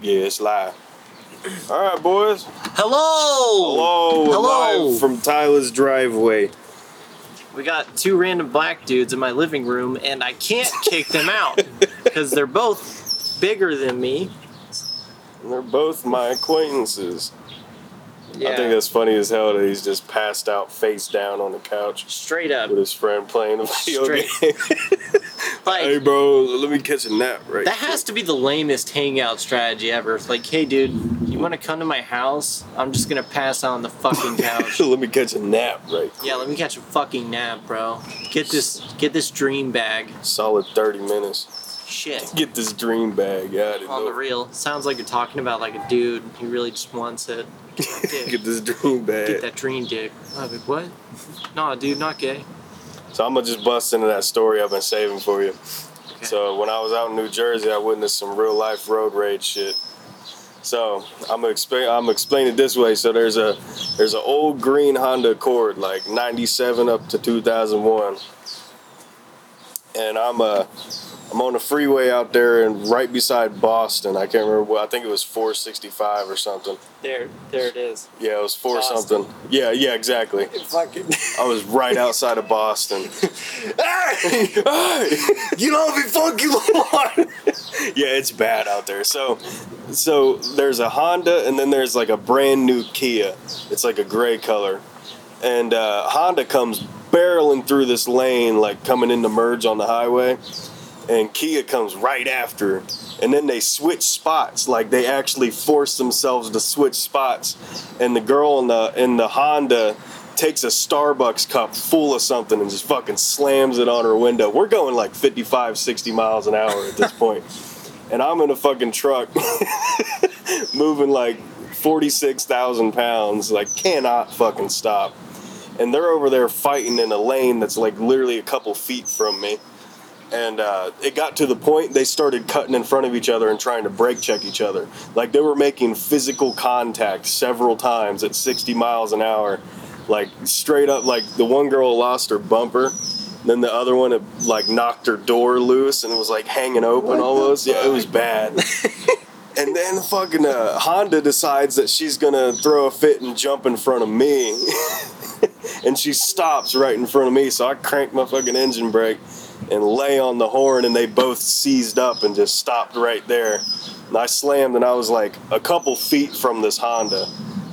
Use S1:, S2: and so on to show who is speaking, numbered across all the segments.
S1: Yeah, it's live. All right, boys.
S2: Hello!
S1: Hello.
S2: Hello.
S1: Live from Tyler's driveway.
S2: We got two random black dudes in my living room, and I can't kick them out because they're both bigger than me.
S1: They're both my acquaintances.
S2: Yeah,
S1: I think that's funny as hell that he's just passed out face down on the couch
S2: straight up.
S1: with his friend playing a video
S2: Straight.
S1: game. hey,
S2: Like
S1: bro, let me catch a nap right
S2: that has to be the lamest hangout strategy ever. It's like, hey, dude, you want to come to my house? I'm just gonna pass out on the fucking couch.
S1: let me catch a nap right quick.
S2: yeah, let me catch a fucking nap, bro. Get this, get this dream bag.
S1: Solid 30 minutes.
S2: Shit.
S1: Get this dream bag out of
S2: On the real, sounds like you're talking about like a dude. He really just wants it. Dick.
S1: Get this dream bag.
S2: Get that dream dick. I was like, Oh, what? Nah, dude, not gay.
S1: So I'm gonna just bust into that story I've been saving for you.
S2: Okay.
S1: So when I was out in New Jersey, I witnessed some real life road rage shit. So I'm gonna explain. I'm gonna explain it this way. So there's a there's an old green Honda Accord, like '97 up to 2001, and I'm uh I'm on the freeway out there and right beside Boston. I can't remember what. I think it was 465 or something.
S2: There, there it is.
S1: Yeah, it was four
S2: Boston.
S1: something. Yeah, yeah, exactly.
S2: Fucking.
S1: I was right outside of Boston. hey, you know before you on. yeah, it's bad out there. So, so there's a Honda, and then there's like a brand new Kia. It's like a gray color, and uh, Honda comes barreling through this lane, like coming in to merge on the highway, and Kia comes right after. And then they switch spots, like they actually force themselves to switch spots. And the girl in the in the Honda takes a Starbucks cup full of something and just fucking slams it on her window. We're going like 55, 60 miles an hour at this point. And I'm in a fucking truck moving like 46,000 pounds, like cannot fucking stop. And they're over there fighting in a lane that's like literally a couple feet from me. And uh, it got to the point they started cutting in front of each other and trying to brake check each other. Like they were making physical contact several times at 60 miles an hour. Like straight up, like the one girl lost her bumper. Then the other one had, like knocked her door loose and it was like hanging open almost. Yeah, it was bad. And then fucking uh, Honda decides that she's gonna throw a fit and jump in front of me. and she stops right in front of me, so I crank my fucking engine brake and lay on the horn, and they both seized up and just stopped right there. And I slammed, and I was like a couple feet from this Honda,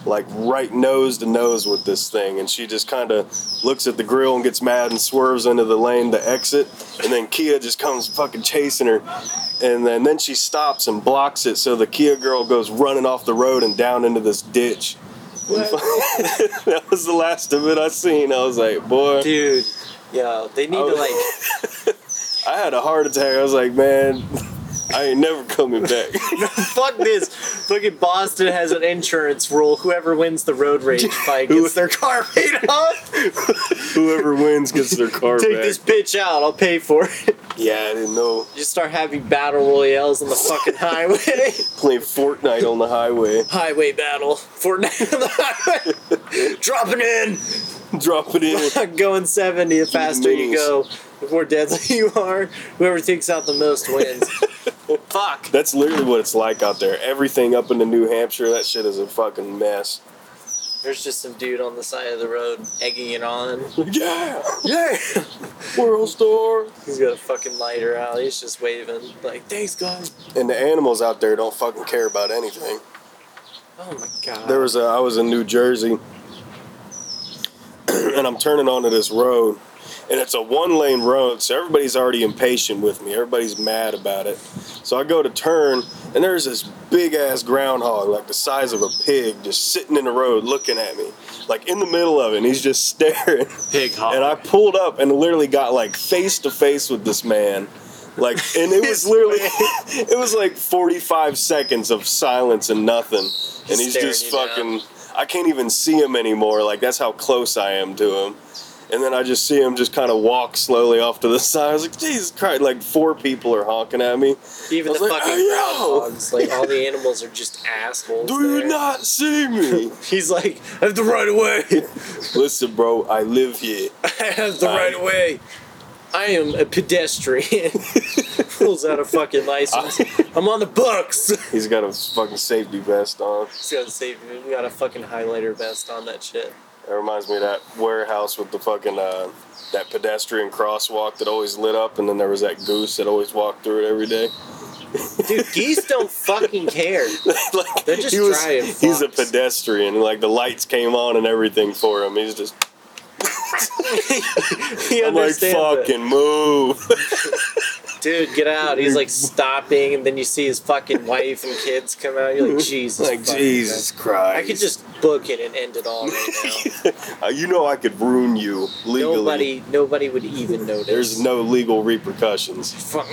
S1: like right nose to nose with this thing. And she just kind of looks at the grill and gets mad and swerves into the lane to exit. And then Kia just comes fucking chasing her. And then, then she stops and blocks it, so the Kia girl goes running off the road and down into this ditch. And that was the last of it I seen. I was like, boy.
S2: Dude, yo, they need to like.
S1: I had a heart attack. I was like, man, I ain't never coming back.
S2: fuck this. Fucking Boston has an insurance rule. Whoever wins the road rage fight gets their car paid off.
S1: Whoever wins gets their car
S2: Take
S1: back.
S2: this bitch out. I'll pay for it.
S1: Yeah, I didn't know.
S2: Just start having battle royales on the fucking highway.
S1: Playing Fortnite on the highway,
S2: highway battle. Fortnite on the highway. Dropping in.
S1: drop it in.
S2: going 70 the faster you
S1: means.
S2: go the more deadly you are whoever takes out the most wins fuck
S1: That's literally what it's like out there. Everything up into New Hampshire, that shit is a fucking mess.
S2: there's just some dude on the side of the road egging it on
S1: Yeah, yeah. World Star.
S2: he's got a fucking lighter out he's just waving like thanks god
S1: And the animals out there don't fucking care about anything.
S2: oh my god
S1: There was a, I was in New Jersey, and I'm turning onto this road, and it's a one lane road, so everybody's already impatient with me. Everybody's mad about it. So I go to turn, and there's this big ass groundhog, like the size of a pig, just sitting in the road looking at me, like in the middle of it, and he's just staring.
S2: pig hog
S1: And I pulled up and literally got like face to face with this man. Like, and it was
S2: This
S1: literally, it was like 45 seconds of silence and nothing. And he's
S2: Staring
S1: just
S2: you down.
S1: fucking, I can't even see him anymore. Like, that's how close I am to him. And then I just see him just kind of walk slowly off to the side. I was like, Jesus Christ, like four people are honking at me.
S2: even
S1: I
S2: the
S1: was like,
S2: fucking
S1: "Hey, yo!"
S2: groundhogs like all the animals are just assholes
S1: Do you
S2: there.
S1: not see me?
S2: he's like i have the right away
S1: Listen, bro, I live here.
S2: i have the
S1: I-
S2: right away I am a pedestrian. Pulls out a fucking license. I'm on the books.
S1: He's got a fucking safety vest on.
S2: He's got a safety. We got a fucking highlighter vest on that shit.
S1: That reminds me of that warehouse with the fucking uh, that pedestrian crosswalk that always lit up, and then there was that goose that always walked through it every day.
S2: Dude, geese don't fucking care.
S1: like
S2: They're just
S1: he was,
S2: trying
S1: He's a
S2: fucks.
S1: pedestrian. Like the lights came on and everything for him. He's just
S2: He
S1: I'm like
S2: understands it.
S1: fucking move.
S2: Dude, get out. He's like stopping, and then you see his fucking wife and kids come out. You're like, Jesus.
S1: like
S2: fucking
S1: Jesus Christ.
S2: Christ. I could just book it and end it all right now.
S1: Uh, you know I could ruin you legally.
S2: nobody, nobody would even notice.
S1: There's no legal repercussions.
S2: Fuck.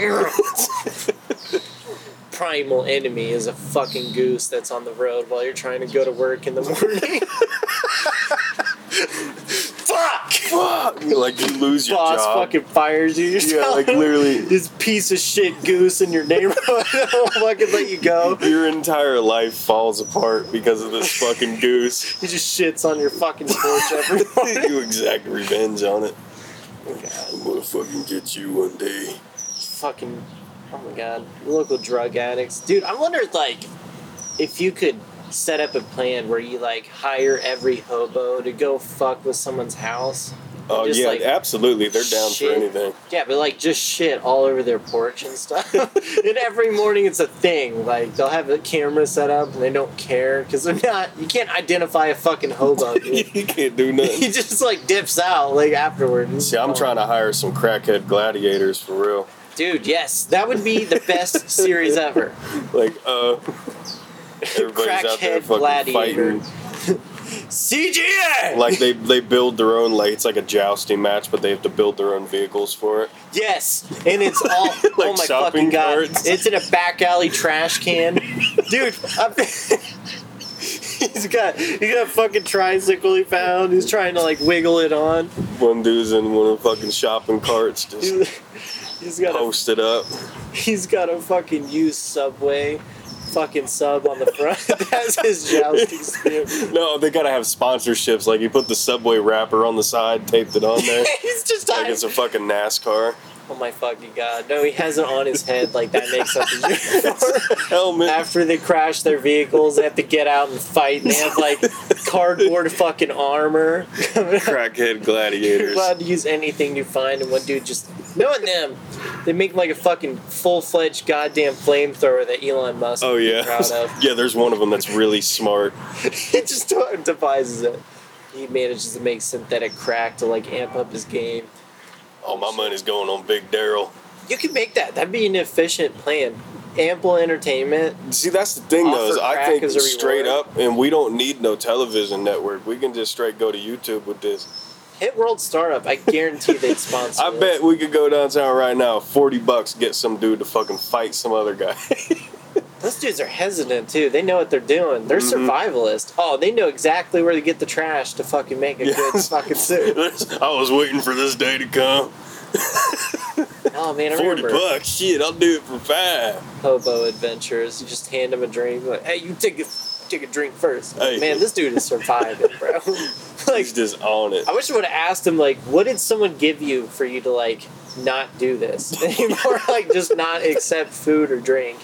S2: Primal enemy is a fucking goose that's on the road while you're trying to go to work in the morning.
S1: Fuck! Fuck! Like you lose your
S2: Boss
S1: job.
S2: fucking fires you. You're
S1: yeah, like
S2: telling him,
S1: literally
S2: This piece of shit goose in your neighborhood will fucking let you go.
S1: your entire life falls apart because of this fucking goose.
S2: He just shits on your fucking porch every morning.
S1: you exact revenge on it. I'm gonna fucking get you one day.
S2: fucking oh my god local drug addicts dude i wonder like if you could set up a plan where you like hire every hobo to go fuck with someone's house
S1: Oh
S2: Just,
S1: yeah,
S2: like,
S1: absolutely. They're down
S2: shit.
S1: for anything.
S2: yeah but like just shit all over their porch and stuff and every morning it's a thing like they'll have a camera set up and they don't care because they're not you can't identify a fucking hobo dude.
S1: you can't do nothing.
S2: he just like dips out like afterward
S1: See, I'm trying to hire some crackhead gladiators for real.
S2: dude yes that would be the best series ever
S1: Like, uh, everybody's out there
S2: Crackhead
S1: fucking
S2: gladiator.
S1: fighting.
S2: cga
S1: Like they they build their own. Like it's like a jousting match, but they have to build their own vehicles for it.
S2: Yes, and it's all oh my fucking
S1: shopping
S2: god!
S1: carts.
S2: It's in a back alley trash can, dude. I'm, he's got he got a fucking tricycle he found. He's trying to like wiggle it on.
S1: One dude's in one of the fucking shopping carts, just
S2: Dude, He's got a,
S1: posted up.
S2: he's got a fucking used subway, fucking sub on the front. That's his jousting stick.
S1: No, they gotta have sponsorships. Like you put the subway wrapper on the side, taped it on there.
S2: he's just
S1: like
S2: dying.
S1: it's a fucking NASCAR
S2: oh my fucking god! No, he has it on his head like that makes up his uniform.
S1: helmet.
S2: after they crash their vehicles, they have to get out and fight. And they have like cardboard fucking armor.
S1: crackhead
S2: You're
S1: gladiators.
S2: allowed to use anything you find, and one dude just knowing them, they make like a fucking full fledged goddamn flamethrower that Elon Musk.
S1: Oh
S2: would be
S1: yeah,
S2: proud of.
S1: yeah. There's one of them that's really smart.
S2: he just devises it. He manages to make synthetic crack to like amp up his game.
S1: Oh, my money's going on Big Daryl.
S2: You could make that. That'd be an efficient plan. Ample entertainment.
S1: See, that's the thing though. Is
S2: Offer
S1: I
S2: crack
S1: think
S2: as a
S1: straight
S2: reward.
S1: up, and we don't need no television network. We can just straight go to YouTube with this.
S2: Hit World Startup. I guarantee they'd sponsor.
S1: I
S2: it.
S1: bet we could go downtown right now, forty bucks, get some dude to fucking fight some other guy.
S2: Those dudes are hesitant too. They know what they're doing. They're
S1: Mm-hmm.
S2: survivalists. Oh, they know exactly where to get the trash to fucking make a good
S1: Yes.
S2: fucking suit.
S1: I was waiting for this day to come.
S2: Oh man, I
S1: Forty
S2: remember
S1: bucks, shit, I'll do it for five.
S2: Hobo Adventures. You just hand him a drink. Like, hey, you take a take a drink first.
S1: Hey.
S2: Man, this dude is surviving, bro. like,
S1: He's just on it.
S2: I wish I would have asked him like, what did someone give you for you to like not do this anymore? like, just not accept food or drink.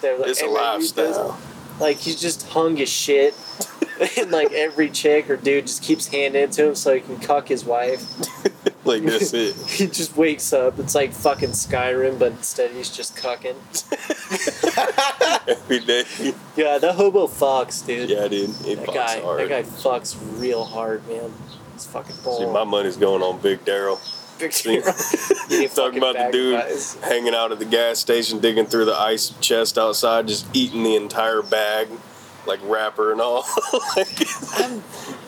S2: They're like,
S1: It's a
S2: "Hey, man, you just-
S1: lifestyle.
S2: Like he's just hung as shit, and like every chick or dude just keeps handing it to him so he can cuck his wife.
S1: Like that's it.
S2: He just wakes up. It's like fucking Skyrim, but instead he's just cucking.
S1: Every day.
S2: Yeah, that hobo fucks, dude.
S1: Yeah, dude. It
S2: that
S1: fucks
S2: guy,
S1: hard.
S2: that guy fucks real hard, man. It's fucking bold.
S1: See, my money's going on Big Daryl.
S2: picture.
S1: Talking about the dude hanging out at the gas station, digging through the ice chest outside, just eating the entire bag, like wrapper and all. like,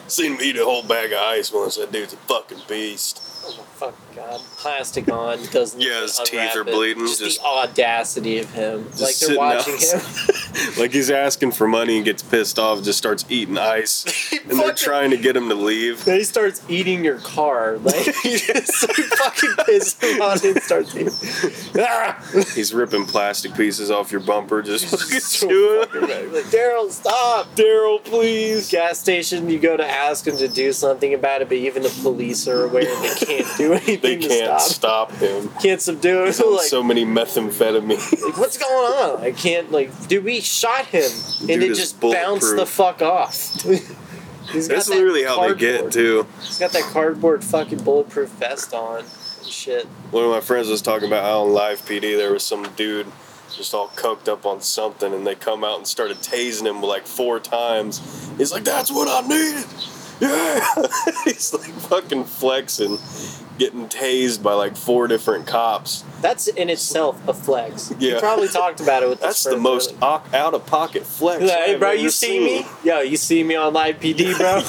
S1: seen him eat a whole bag of ice once. That dude's a fucking beast.
S2: Oh my fucking god! Plastic on doesn't.
S1: Yeah, his teeth
S2: unwrap
S1: are
S2: it.
S1: bleeding,
S2: Just,
S1: just-
S2: the audacity of him. Like
S1: sitting
S2: they're watching
S1: out.
S2: him.
S1: Like he's asking for money and gets pissed off, just starts eating ice, and they're
S2: fucking-
S1: trying to get him to leave.
S2: Then he starts eating your car. Like he just like, fucking pisses him on and starts eating. Ah!
S1: He's ripping plastic pieces off your bumper, just fucking
S2: So
S1: chewing.
S2: fucking right. Like, Daryl, stop!
S1: Daryl, please.
S2: Gas station, you go to ask him to do something about it, but even the police are aware they can't do anything.
S1: they
S2: him to
S1: can't
S2: stop.
S1: stop him.
S2: Can't subdue him.
S1: He's on
S2: like,
S1: so many methamphetamine.
S2: like, what's going on? I can't like. Dude, we shot him, and
S1: Dude
S2: it
S1: is
S2: just bounced the
S1: bulletproof.
S2: fuck off. He's got
S1: That's
S2: that
S1: literally how they get
S2: cardboard-
S1: too.
S2: He's got that cardboard fucking bulletproof vest on. and Shit.
S1: One of my friends was talking about how on live PD there was some dude just all coked up on something, and they come out and started tasing him like four times. He's like, "That's what I needed." Yeah, he's like fucking flexing, getting tased by like four different cops.
S2: That's in itself a flex. You
S1: Yeah.
S2: probably talked about it with
S1: That's
S2: this
S1: the most
S2: first earlier.
S1: o- out of pocket flex.
S2: He's like, hey,
S1: I've
S2: bro,
S1: ever
S2: you see
S1: seen."
S2: me? Yo, you see me on live PD, bro?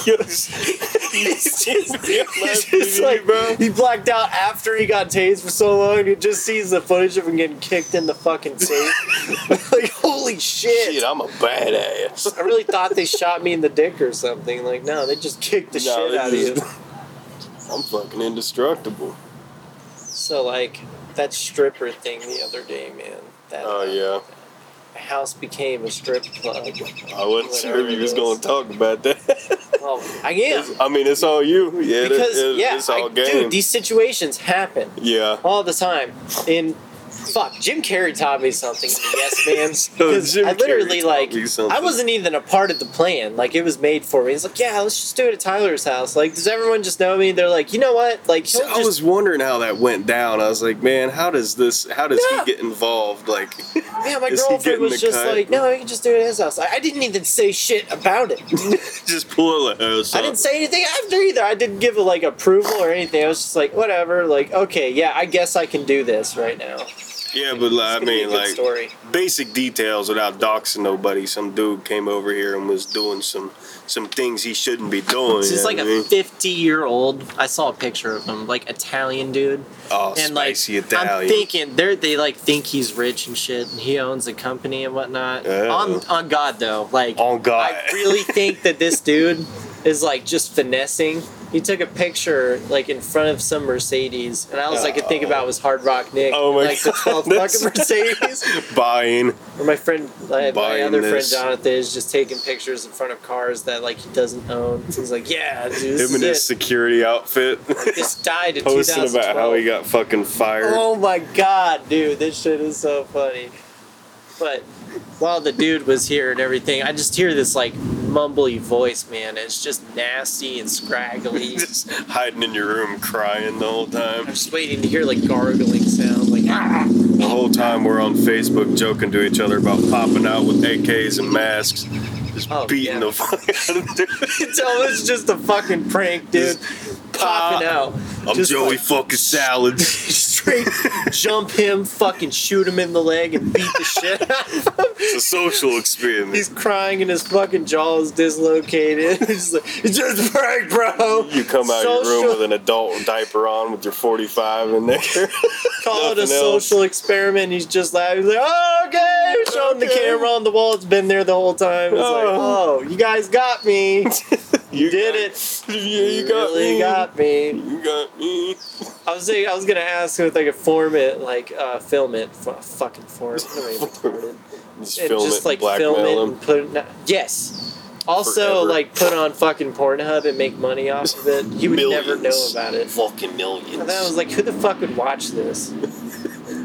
S2: He's just-
S1: me on
S2: he's
S1: live
S2: just
S1: PD,
S2: like-
S1: bro.
S2: He blacked out after he got tased for so long. He just sees the footage of him getting kicked in the fucking face. like, holy shit.
S1: Shit, I'm a badass.
S2: I really thought they shot me in the dick or something. Like, no, they just kicked the
S1: No,
S2: shit
S1: they
S2: out of
S1: just-
S2: you.
S1: I'm fucking indestructible.
S2: So, like, that stripper thing the other day, man. That
S1: Oh yeah,
S2: my house became a strip club.
S1: I wasn't sure
S2: Whatever
S1: if you
S2: it
S1: was
S2: is.
S1: gonna talk about that.
S2: Oh, I am.
S1: It's- I mean, it's all you. Yeah, it-
S2: because
S1: it-
S2: yeah,
S1: it's all
S2: I-
S1: game.
S2: dude, these situations happen
S1: yeah.
S2: all the time. And fuck, Jim Carrey taught me something. in Yes, man.
S1: Oh,
S2: Because
S1: Jim
S2: I literally
S1: Carrey taught
S2: like
S1: me something.
S2: I wasn't even a part of the plan. Like it was made for me. It's like yeah, let's just do it at Tyler's house. Like does everyone just know me? They're like, you know what? Like he'll
S1: So I
S2: just
S1: was wondering how that went down. I was like, man, how does this? How does
S2: Yeah.
S1: he get involved? Like,
S2: yeah. My
S1: is he
S2: girlfriend
S1: getting
S2: was
S1: the
S2: just
S1: cut?
S2: like, no, you can just do it at his house. I, I didn't even say shit about it.
S1: just pull it. Oh,
S2: I
S1: sorry.
S2: didn't say anything after either. I didn't give it like approval or anything. I was just like, whatever. Like, okay, yeah, I guess I can do this right now.
S1: yeah, but like, I
S2: It's gonna be a
S1: mean,
S2: good
S1: like,
S2: story.
S1: basic details without doxing nobody. Some dude came over here and was doing some some things he shouldn't be doing.
S2: This
S1: you
S2: is
S1: know
S2: like
S1: what I
S2: a
S1: mean?
S2: 50 year old. I saw a picture of him, like Italian dude.
S1: oh,
S2: and like,
S1: spicy
S2: I'm
S1: Italian.
S2: thinking they are they like think he's rich and shit, and he owns a company and whatnot.
S1: Oh.
S2: On on God though, like
S1: On God.
S2: I really think that this dude is like just finessing. He took a picture like in front of some Mercedes, and all I was I could think about was Hard Rock Nick,
S1: Oh my
S2: like the 12th
S1: goodness.
S2: fucking Mercedes.
S1: Buying.
S2: Or my friend, like, my
S1: Buying
S2: other
S1: this.
S2: friend Jonathan is just taking pictures in front of cars that like he doesn't own. He's like, yeah, dude, this
S1: Him in his
S2: is it.
S1: security outfit.
S2: This died in
S1: Posting
S2: 2012.
S1: about how he got fucking fired.
S2: Oh my god, dude, this shit is so funny. But while the dude was here and everything, I just hear this like mumbly voice, man. It's just nasty and scraggly.
S1: just hiding in your room crying the whole
S2: I'm
S1: time.
S2: just waiting to hear like gargling sounds, like ah.
S1: The whole time we're on Facebook joking to each other about popping out with AKs and masks, just
S2: Oh,
S1: beating
S2: yeah.
S1: the fuck out of dude.
S2: It's almost just a fucking prank, dude. Popping out.
S1: I'm
S2: Just,
S1: Joey
S2: like,
S1: fucking Salad.
S2: straight jump him, fucking shoot him in the leg, and beat the shit out of him.
S1: It's a social experiment.
S2: He's crying and his fucking jaw is dislocated. He's like, it's just a prank, bro.
S1: you come out of your
S2: Social-
S1: room with an adult diaper on with your 45 in there.
S2: call it a
S1: nothing else.
S2: social experiment. and He's just laughing. He's like, oh, okay, showing the
S1: Okay.
S2: camera on the wall. It's been there the whole time. It's like,
S1: Oh.
S2: oh, you guys got me.
S1: you
S2: did
S1: got-
S2: it.
S1: Yeah, you got
S2: really
S1: me.
S2: got me.
S1: you got me.
S2: I was thinking, I was gonna ask if they could form it, like uh, film it, F- fucking form it. Nobody recorded.
S1: Just
S2: and
S1: film
S2: just
S1: it,
S2: like
S1: and blackmail
S2: film it
S1: him.
S2: and put it. In, yes. Also,
S1: Forever.
S2: like put on fucking Pornhub and make money off of it. You would never know
S1: Millions.
S2: about it.
S1: Fucking millions.
S2: And then I was like, who the fuck would watch this?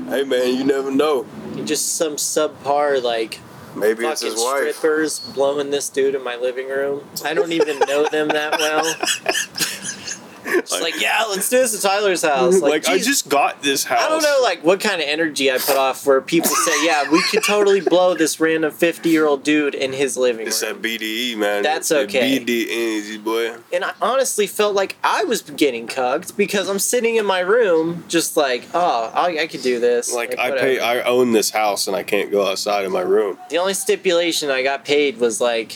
S1: hey man, you never know.
S2: Just some subpar like
S1: Maybe it's
S2: fucking
S1: his wife.
S2: strippers blowing this dude in my living room. I don't even know them that well. Just like, yeah, let's do this at Tyler's house. Like, geez,
S1: got this house.
S2: I don't know, like what kind of energy I put off where people say, yeah, we could totally blow this random fifty-year-old dude in his living
S1: It's that
S2: room.
S1: BDE, E, man.
S2: That's
S1: That
S2: okay.
S1: BD E energy, boy.
S2: And I honestly felt like I was getting cugged because I'm sitting in my room, just like, oh, I, I could do this.
S1: Like I
S2: whatever.
S1: pay, I own this house, and I can't go outside of my room.
S2: The only stipulation I got paid was like,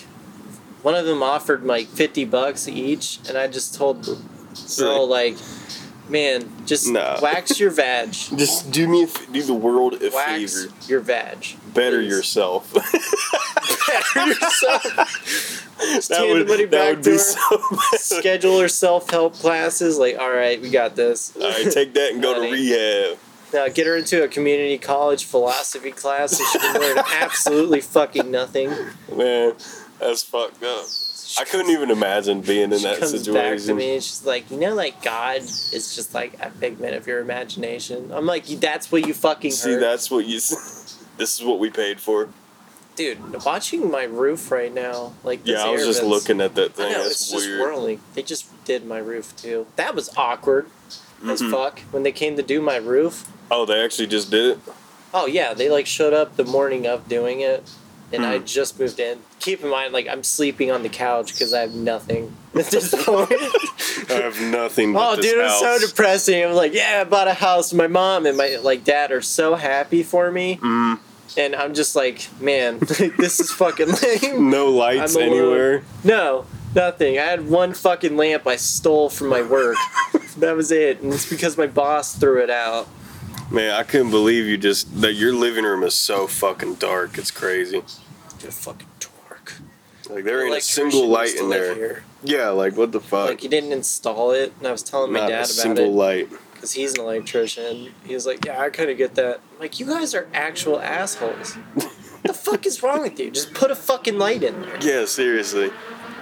S2: one of them offered like fifty bucks each, and I just told
S1: It's
S2: So
S1: like,
S2: like, man, just
S1: No.
S2: wax your vag.
S1: just do me, a f- do the world a
S2: Wax
S1: favor.
S2: your vag.
S1: Better
S2: please.
S1: yourself.
S2: Better yourself. hand the money back to her.
S1: so bad.
S2: Schedule or self help classes. Like, all right, we got this.
S1: All right, take that and go to
S2: Money.
S1: rehab.
S2: Now get her into a community college philosophy class so she can learn absolutely fucking nothing.
S1: Man, That's fucked up. I couldn't even imagine being in
S2: she
S1: that
S2: comes back to
S1: situation.
S2: me and she's like, you know, like God is just like a figment of your imagination. I'm like, "You- that's what you fucking
S1: See,
S2: heard.
S1: that's what you. s- This is what we paid for.
S2: dude. Watching my roof right now, like this
S1: Yeah, I was
S2: air
S1: just
S2: vents-
S1: looking at that
S2: I
S1: thing.
S2: know
S1: That's
S2: it's just
S1: weird.
S2: whirling. They just did my roof too. That was awkward as
S1: Mhm.
S2: fuck when they came to do my roof.
S1: Oh, they actually just did it.
S2: Oh yeah, they like showed up the morning of doing it, and I
S1: Hmm.
S2: just moved in. Keep in mind, like I'm sleeping on the couch because I have nothing at this point.
S1: I have nothing.
S2: Oh,
S1: But this
S2: dude, it's so
S1: house.
S2: depressing. I'm like, yeah, I bought a house. My mom and my like dad are so happy for me,
S1: Mm,
S2: and I'm just like, man, this is fucking lame.
S1: no lights
S2: I'm alone.
S1: anywhere.
S2: No, nothing. I had one fucking lamp I stole from my work. that was it, and it's because my boss threw it out.
S1: Man, I couldn't believe you just that your living room is so fucking dark. It's crazy.
S2: Dude, fucking dork.
S1: Like there ain't a
S2: Electrician
S1: single light
S2: used to
S1: in
S2: live
S1: there.
S2: here.
S1: Yeah, like what the fuck?
S2: Like he didn't install it, and I was telling my
S1: Not
S2: dad
S1: a
S2: about
S1: single
S2: it
S1: light.
S2: because he's an electrician. He was like, "Yeah, I kind of get that." I'm like, you guys are actual assholes. what the fuck is wrong with you? Just put a fucking light in there.
S1: Yeah, seriously.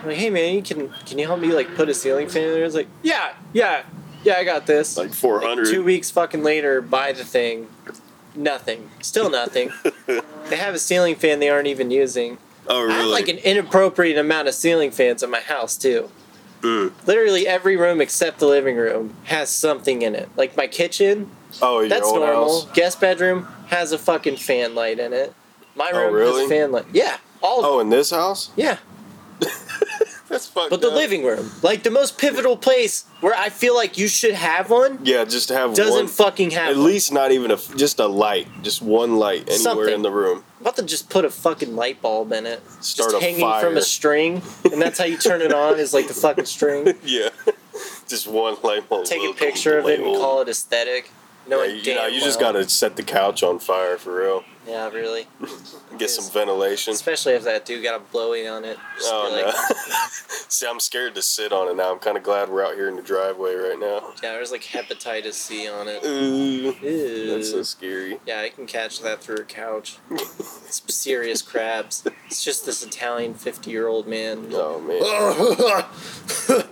S2: I'm like, hey man, you can can you help me like put a ceiling fan in there? It's like, yeah, yeah, yeah, I got this.
S1: Like 400.
S2: two weeks fucking later, buy the thing. Nothing. Still nothing. they have a ceiling fan they aren't even using.
S1: oh,
S2: I have
S1: really?
S2: like an inappropriate amount of ceiling fans in my house too.
S1: Mm.
S2: Literally every room except the living room has something in it. Like my kitchen,
S1: oh, your
S2: that's
S1: old
S2: normal.
S1: house.
S2: Guest bedroom has a fucking fan light in it. My
S1: Oh,
S2: room has
S1: really?
S2: a fan light. Yeah, all of
S1: Oh, in this house?
S2: yeah.
S1: That's fucked
S2: But the
S1: up.
S2: living room, like the most pivotal place where I feel like you should have one,
S1: Yeah, just to have
S2: doesn't
S1: one.
S2: fucking have
S1: at
S2: one.
S1: least not even a just a light, just one light anywhere
S2: Something.
S1: in the room.
S2: I'm about to just put a fucking light bulb in it.
S1: Start
S2: just
S1: a
S2: hanging
S1: fire.
S2: from a string, and that's how you turn it on is like the fucking string.
S1: Yeah, just one light bulb.
S2: Take a
S1: Welcome
S2: picture of it and
S1: label.
S2: call it aesthetic. No,
S1: Yeah, you, know, you just
S2: well.
S1: gotta set the couch on fire for real.
S2: Yeah, really.
S1: Get some ventilation.
S2: Especially if that dude got a blowy on it. Just
S1: Oh
S2: be like,
S1: no! See, I'm scared to sit on it now. I'm kind of glad we're out here in the driveway right now.
S2: Yeah, there's like hepatitis C on it.
S1: Ooh,
S2: Ew.
S1: that's so scary.
S2: Yeah, I can catch that through a couch. Some serious crabs. It's just this Italian 50 year old man.
S1: Oh man!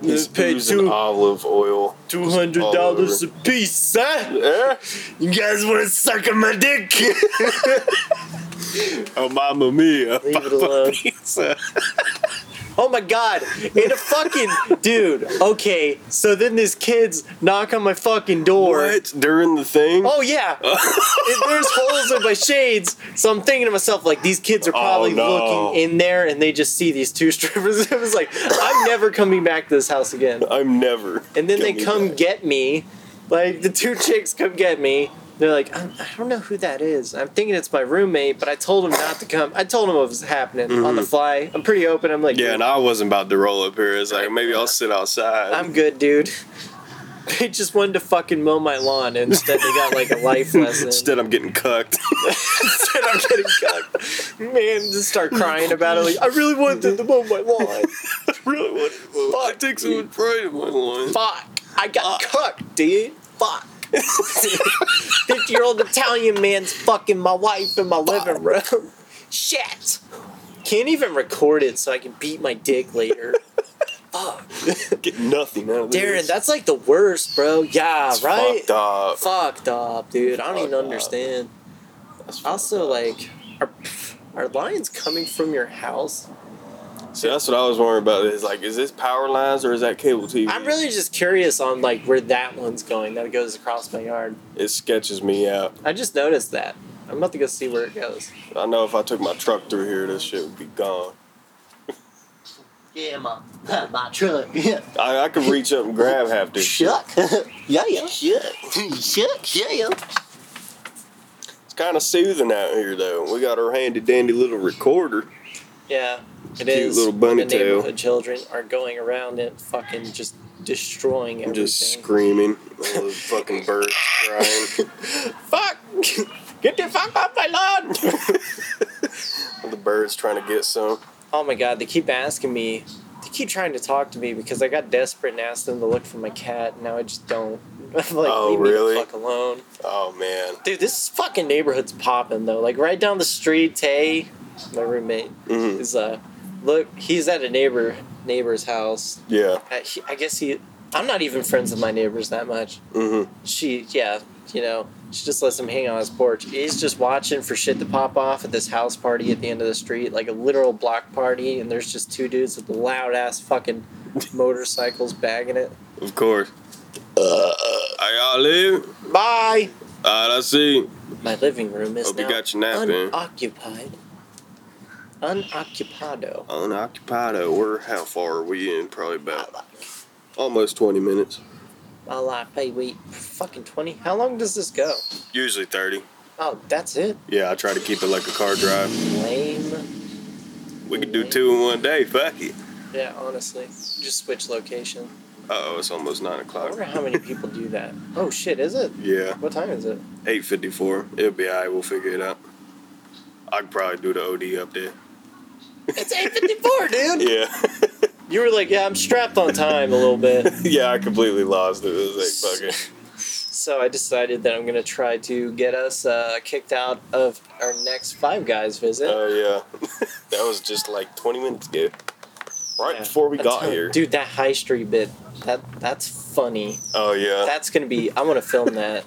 S2: This
S1: He's
S2: paid
S1: oozing
S2: two,
S1: olive oil.
S2: $200
S1: $200
S2: a piece, huh?
S1: Eh?
S2: You guys want to suck on my dick?
S1: Oh, mamma mia!
S2: Leave it alone.
S1: Pizza.
S2: Oh my god, in a fucking. Dude, okay, so then this kid's knock on my fucking door.
S1: What during the thing?
S2: Oh yeah, If there's holes in my shades, so I'm thinking to myself like these kids are probably
S1: Oh, no.
S2: looking in there and they just see these two strippers. it was like I'm never coming back to this house again.
S1: I'm never.
S2: And then they
S1: coming
S2: come
S1: back.
S2: get me, like the two chicks come get me. They're like, I'm, I don't know who that is. I'm thinking it's my roommate, but I told him not to come. I told him what was happening on the fly. I'm pretty open. I'm like,
S1: Mm-hmm. Yeah, and I wasn't about to roll up here. It's like maybe I'll sit outside.
S2: I'm good, dude. They just wanted to fucking mow my lawn. and Instead, they got like a life lesson.
S1: Instead, I'm getting cucked.
S2: and I'm getting cucked. Man, just start crying about it. Like, I really wanted them to mow my lawn.
S1: really? What? I take some pride in my line.
S2: Fuck. I got cucked, dude. Fuck. 50 year old Italian man's fucking my wife in my living room. Shit. Can't even record it so I can beat my dick later. Fuck.
S1: Get nothing out of
S2: Darren,
S1: this.
S2: that's like the worst, bro. Yeah,
S1: It's
S2: right?
S1: Fucked up.
S2: Fucked up, dude. I don't
S1: Fucked
S2: even
S1: up.
S2: understand.
S1: That's fucked
S2: Also, like, are, are lions coming from your house?
S1: See, that's what I was worried about. Is like, is this power lines or is that cable TV?
S2: I'm really just curious on like where that one's going that goes across my yard.
S1: It sketches me out.
S2: I just noticed that. I'm about to go see where it goes.
S1: I know if I took my truck through here, this shit would be gone.
S2: Yeah, my, my truck. Yeah.
S1: I, I could reach up and grab half this. shit.
S2: Shuck. yeah, yeah. Shuck. Shuck. Yeah, yeah.
S1: It's kind of soothing out here, though. We got our handy dandy little recorder.
S2: Yeah, it is.
S1: Cute little bunny
S2: the
S1: tail.
S2: neighborhood children are going around it, fucking just destroying
S1: I'm
S2: everything.
S1: just screaming. All those fucking birds crying.
S2: fuck. Get the fuck off my lawn.
S1: the birds trying to get some.
S2: Oh my god, they keep asking me. They keep trying to talk to me because I got desperate and asked them to look for my cat. and Now I just don't. I'm like,
S1: Oh,
S2: leave
S1: really?
S2: me the fuck alone.
S1: Oh man.
S2: Dude, this fucking neighborhood's popping though. Like right down the street, Tay, my roommate,
S1: Mhm.
S2: is uh look, he's at a neighbor neighbor's house.
S1: Yeah.
S2: I, he- I guess he. I'm not even friends with my neighbors that much.
S1: Mm-hmm.
S2: She, yeah, you know, she just lets him hang on his porch. He's just watching for shit to pop off at this house party at the end of the street, like a literal block party, and there's just two dudes with loud ass fucking motorcycles bagging it.
S1: Of course. Uh, I gotta leave.
S2: Bye.
S1: Alright, I see.
S2: My living room is
S1: Hope you
S2: now
S1: got your nap in.
S2: unoccupied. Unoccupado.
S1: Unoccupado. We're how far are we in? Probably
S2: I
S1: about
S2: like,
S1: almost twenty minutes.
S2: I like, hey, wait, fucking 20. How long does this go?
S1: Usually thirty.
S2: Oh, that's it.
S1: Yeah, I try to keep it like a car drive.
S2: Lame.
S1: We could do two in one day. Fuck it.
S2: Yeah, honestly. Just switch location.
S1: Uh oh, it's almost nine
S2: I
S1: o'clock.
S2: wonder how many people do that. Oh, shit, is it?
S1: Yeah,
S2: What time is it?
S1: eight fifty-four. It'll be alright. We'll figure it out. I could probably do the OD up there.
S2: It's 8.54, dude!
S1: Yeah,
S2: You were like, yeah, I'm strapped on time a little bit.
S1: yeah. I completely lost it. It was like fuck it.
S2: So I decided that I'm going to try to get us uh, kicked out of our next Five Guys visit.
S1: Oh yeah, that was just like twenty minutes ago, right
S2: Yeah,
S1: before we
S2: that's
S1: got
S2: how-
S1: here.
S2: Dude, that high street bit, that that's funny.
S1: Oh yeah.
S2: That's gonna be. I'm gonna film that.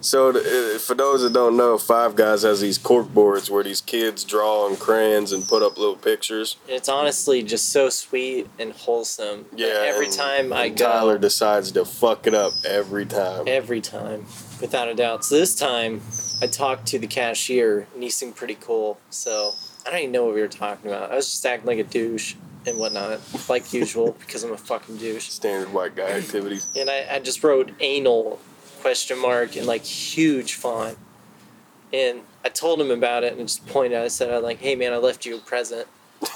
S1: So, th- uh, for those that don't know, Five Guys has these cork boards where these kids draw on crayons and put up little pictures.
S2: It's honestly just so sweet and wholesome. Like,
S1: Yeah,
S2: Every
S1: and-
S2: time I
S1: and
S2: go.
S1: Tyler decides to fuck it up every time.
S2: Every time, without a doubt. So this time, I talked to the cashier, and he seemed pretty cool. So I don't even know what we were talking about. I was just acting like a douche and whatnot, like usual, because I'm a fucking douche.
S1: Standard white guy activities.
S2: and I, I just wrote anal question mark in like huge font. And I told him about it and just pointed out, I said, I like, hey man, I left you a present.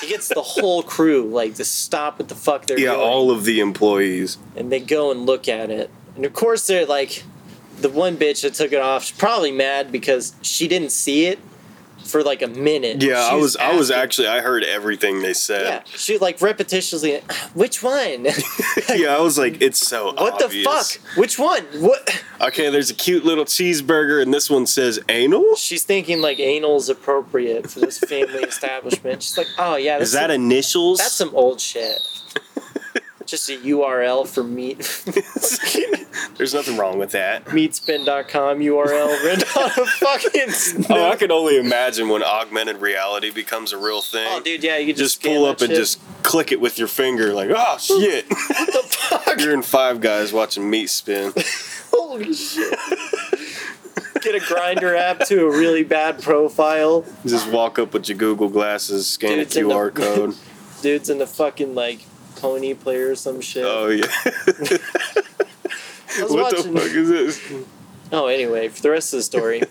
S2: he gets the whole crew like to stop what the fuck they're doing.
S1: of the employees.
S2: and they go and look at it. And of course they're like the one bitch that took it off, she's probably mad because she didn't see it for like a minute.
S1: Yeah, I
S2: She
S1: was. I was
S2: asking-
S1: actually. I heard everything they
S2: Yeah,
S1: said.
S2: she like repetitiously, which one?
S1: Yeah, I was like, it's so.
S2: what the
S1: obvious.
S2: fuck? Which one? What?
S1: Okay, there's a cute little cheeseburger, and this one says anal.
S2: she's thinking like anal's appropriate for this family establishment. She's like, oh yeah,
S1: Is
S2: that's
S1: that
S2: some,
S1: initials?
S2: that's some old shit. Just a URL for meat
S1: there's nothing wrong with that.
S2: meatspin.com URL written on a fucking.
S1: Oh, I
S2: snow-
S1: can only imagine when augmented reality becomes a real thing.
S2: Oh, dude, yeah, you could
S1: just
S2: just scan
S1: pull up
S2: that
S1: and
S2: shit.
S1: just click it with your finger, like, oh shit.
S2: what the fuck?
S1: You're in Five Guys watching meat spin.
S2: Holy shit! Get a grinder app to a really bad profile.
S1: just walk up with your Google glasses, scan
S2: Dude, it's
S1: a
S2: in the-
S1: QR code.
S2: Dude's in the fucking like pony player or some shit.
S1: oh yeah.
S2: I was
S1: what
S2: watching-
S1: the fuck is this?
S2: Oh, anyway, for the rest of the story.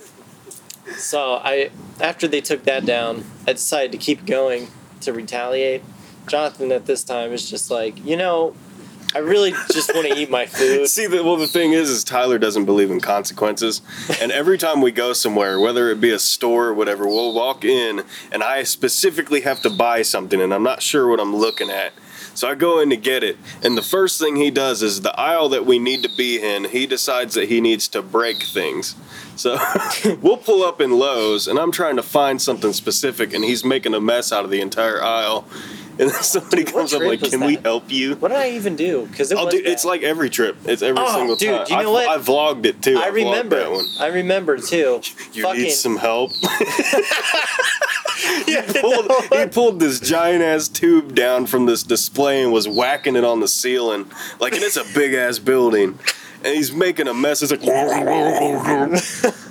S2: so I, after they took that down, I decided to keep going to retaliate. Jonathan at this time is just like, you know, I really just want to eat my food.
S1: See, the, well, the thing is, is Tyler doesn't believe in consequences, and every time we go somewhere, whether it be a store or whatever, we'll walk in, and I specifically have to buy something, and I'm not sure what I'm looking at. So I go in to get it, and the first thing he does is the aisle that we need to be in. He decides that he needs to break things. So we'll pull up in Lowe's, and I'm trying to find something specific, and he's making a mess out of the entire aisle. And then somebody
S2: Dude, what
S1: comes up
S2: trip
S1: like,
S2: was
S1: "Can we
S2: that?"
S1: help you?"
S2: What did I even do? Because it
S1: Oh,
S2: was
S1: dude,
S2: bad.
S1: it's like every trip. It's every
S2: Oh,
S1: single
S2: dude,
S1: time.
S2: you know
S1: I, I
S2: what?
S1: vlogged it too.
S2: I
S1: vlogged
S2: remember.
S1: that one.
S2: I remember too.
S1: You
S2: fucking,
S1: need some help.
S2: yeah,
S1: pulled, he pulled this giant ass tube down from this display and was whacking it on the ceiling. Like, and it's a big ass building. And he's making a mess. It's like,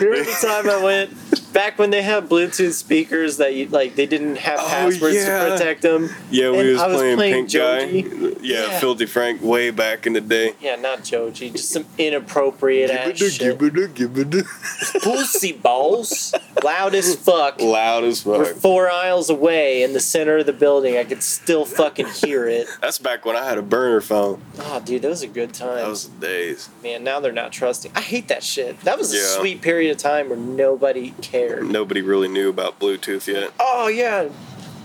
S2: Remember the time I went back when they had Bluetooth speakers that you like they didn't have
S1: Oh,
S2: passwords
S1: yeah.
S2: to protect them.
S1: yeah, we
S2: And
S1: was,
S2: I was
S1: playing,
S2: playing
S1: Pink Guy.
S2: Joji.
S1: Yeah,
S2: Yeah.
S1: Filthy Frank, way back in the day.
S2: Yeah, not Joji, just some inappropriate ass shit. pussy balls, loud as fuck.
S1: Loud as
S2: We're
S1: fuck.
S2: four aisles away in the center of the building. I could still fucking hear it.
S1: That's back when I had a burner phone.
S2: Oh, dude, those are good times.
S1: Those days.
S2: Man, now they're not trusting. I hate that shit. That was a
S1: Yeah.
S2: sweet period of time where nobody cared.
S1: Nobody really knew about Bluetooth yet.
S2: Oh, yeah.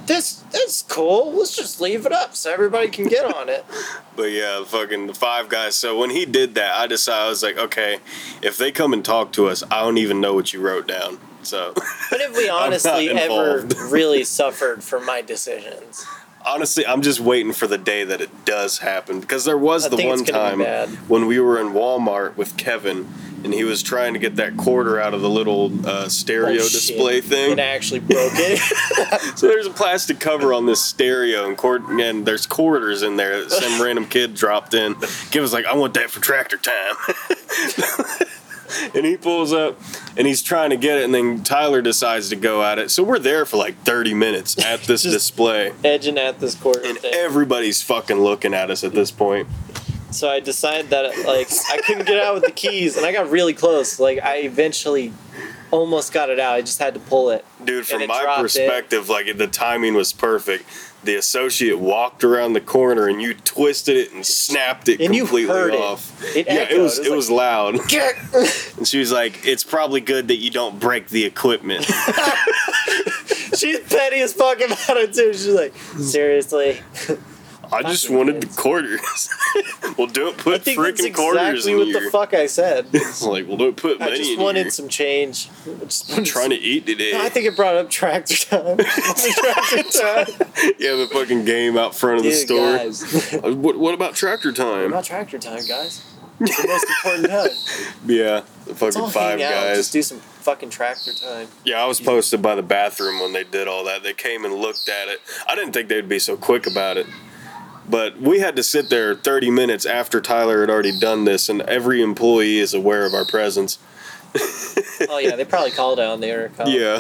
S2: This that's cool. Let's just leave it up so everybody can get on it.
S1: But yeah, fucking the five guys. So when he did that, I decided I was like, okay, if they come and talk to us, I don't even know what you wrote down. So
S2: What have we honestly ever
S1: involved.
S2: really suffered from my decisions?
S1: honestly, I'm just waiting for the day that it does happen because there was
S2: I
S1: the
S2: think it's
S1: one
S2: gonna be
S1: time
S2: bad.
S1: when we were in Walmart with Kevin and he was trying to get that quarter out of the little uh, stereo
S2: Oh, shit.
S1: display thing.
S2: And I actually broke it.
S1: So there's a plastic cover on this stereo, and, cord- and there's quarters in there that some random kid dropped in. Give was like, I want that for tractor time. and he pulls up and he's trying to get it, and then Tyler decides to go at it. So we're there for like 30 minutes at this
S2: Just-
S1: display,
S2: Edging at this quarter
S1: and
S2: thing.
S1: everybody's fucking looking at us at this point.
S2: so I decided that like I couldn't get out with the keys, and I got really close. Like I eventually almost got it out. I just had to pull it.
S1: Dude, from
S2: it
S1: my
S2: dropped it.
S1: perspective, like the timing was perfect. The associate walked around the corner and you twisted it and snapped it
S2: And you
S1: completely
S2: heard it.
S1: off.
S2: It
S1: yeah,
S2: echoed.
S1: it was
S2: It
S1: it
S2: was
S1: was,
S2: like-
S1: loud.
S2: she
S1: And she was like, "It's probably good that you don't break the equipment."
S2: She's petty as fuck about it too. She's like, seriously.
S1: I just
S2: Fucking
S1: wanted the
S2: kids.
S1: quarters. well, don't
S2: I
S1: put
S2: think that's
S1: freaking quarters
S2: exactly
S1: in
S2: what
S1: here.
S2: the fuck I said.
S1: like, well, don't put money
S2: I just
S1: in
S2: wanted
S1: here.
S2: some change. I just
S1: I'm
S2: wanted
S1: trying to eat today.
S2: I think it brought up tractor time. tractor time.
S1: yeah, the fucking game out front of the
S2: Dude,
S1: store.
S2: guys.
S1: Uh, What, what about tractor time?
S2: Not tractor time, guys. It's the most important time.
S1: yeah, the
S2: It's all
S1: fucking five
S2: hang out.
S1: guys.
S2: Just do some fucking tractor time.
S1: Yeah, I was posted by the bathroom when they did all that. They came and looked at it. I didn't think they'd be so quick about it. But we had to sit there 30 minutes after Tyler had already done this, and every employee is aware of our presence.
S2: Oh yeah, they probably called out on the air. call.
S1: Yeah.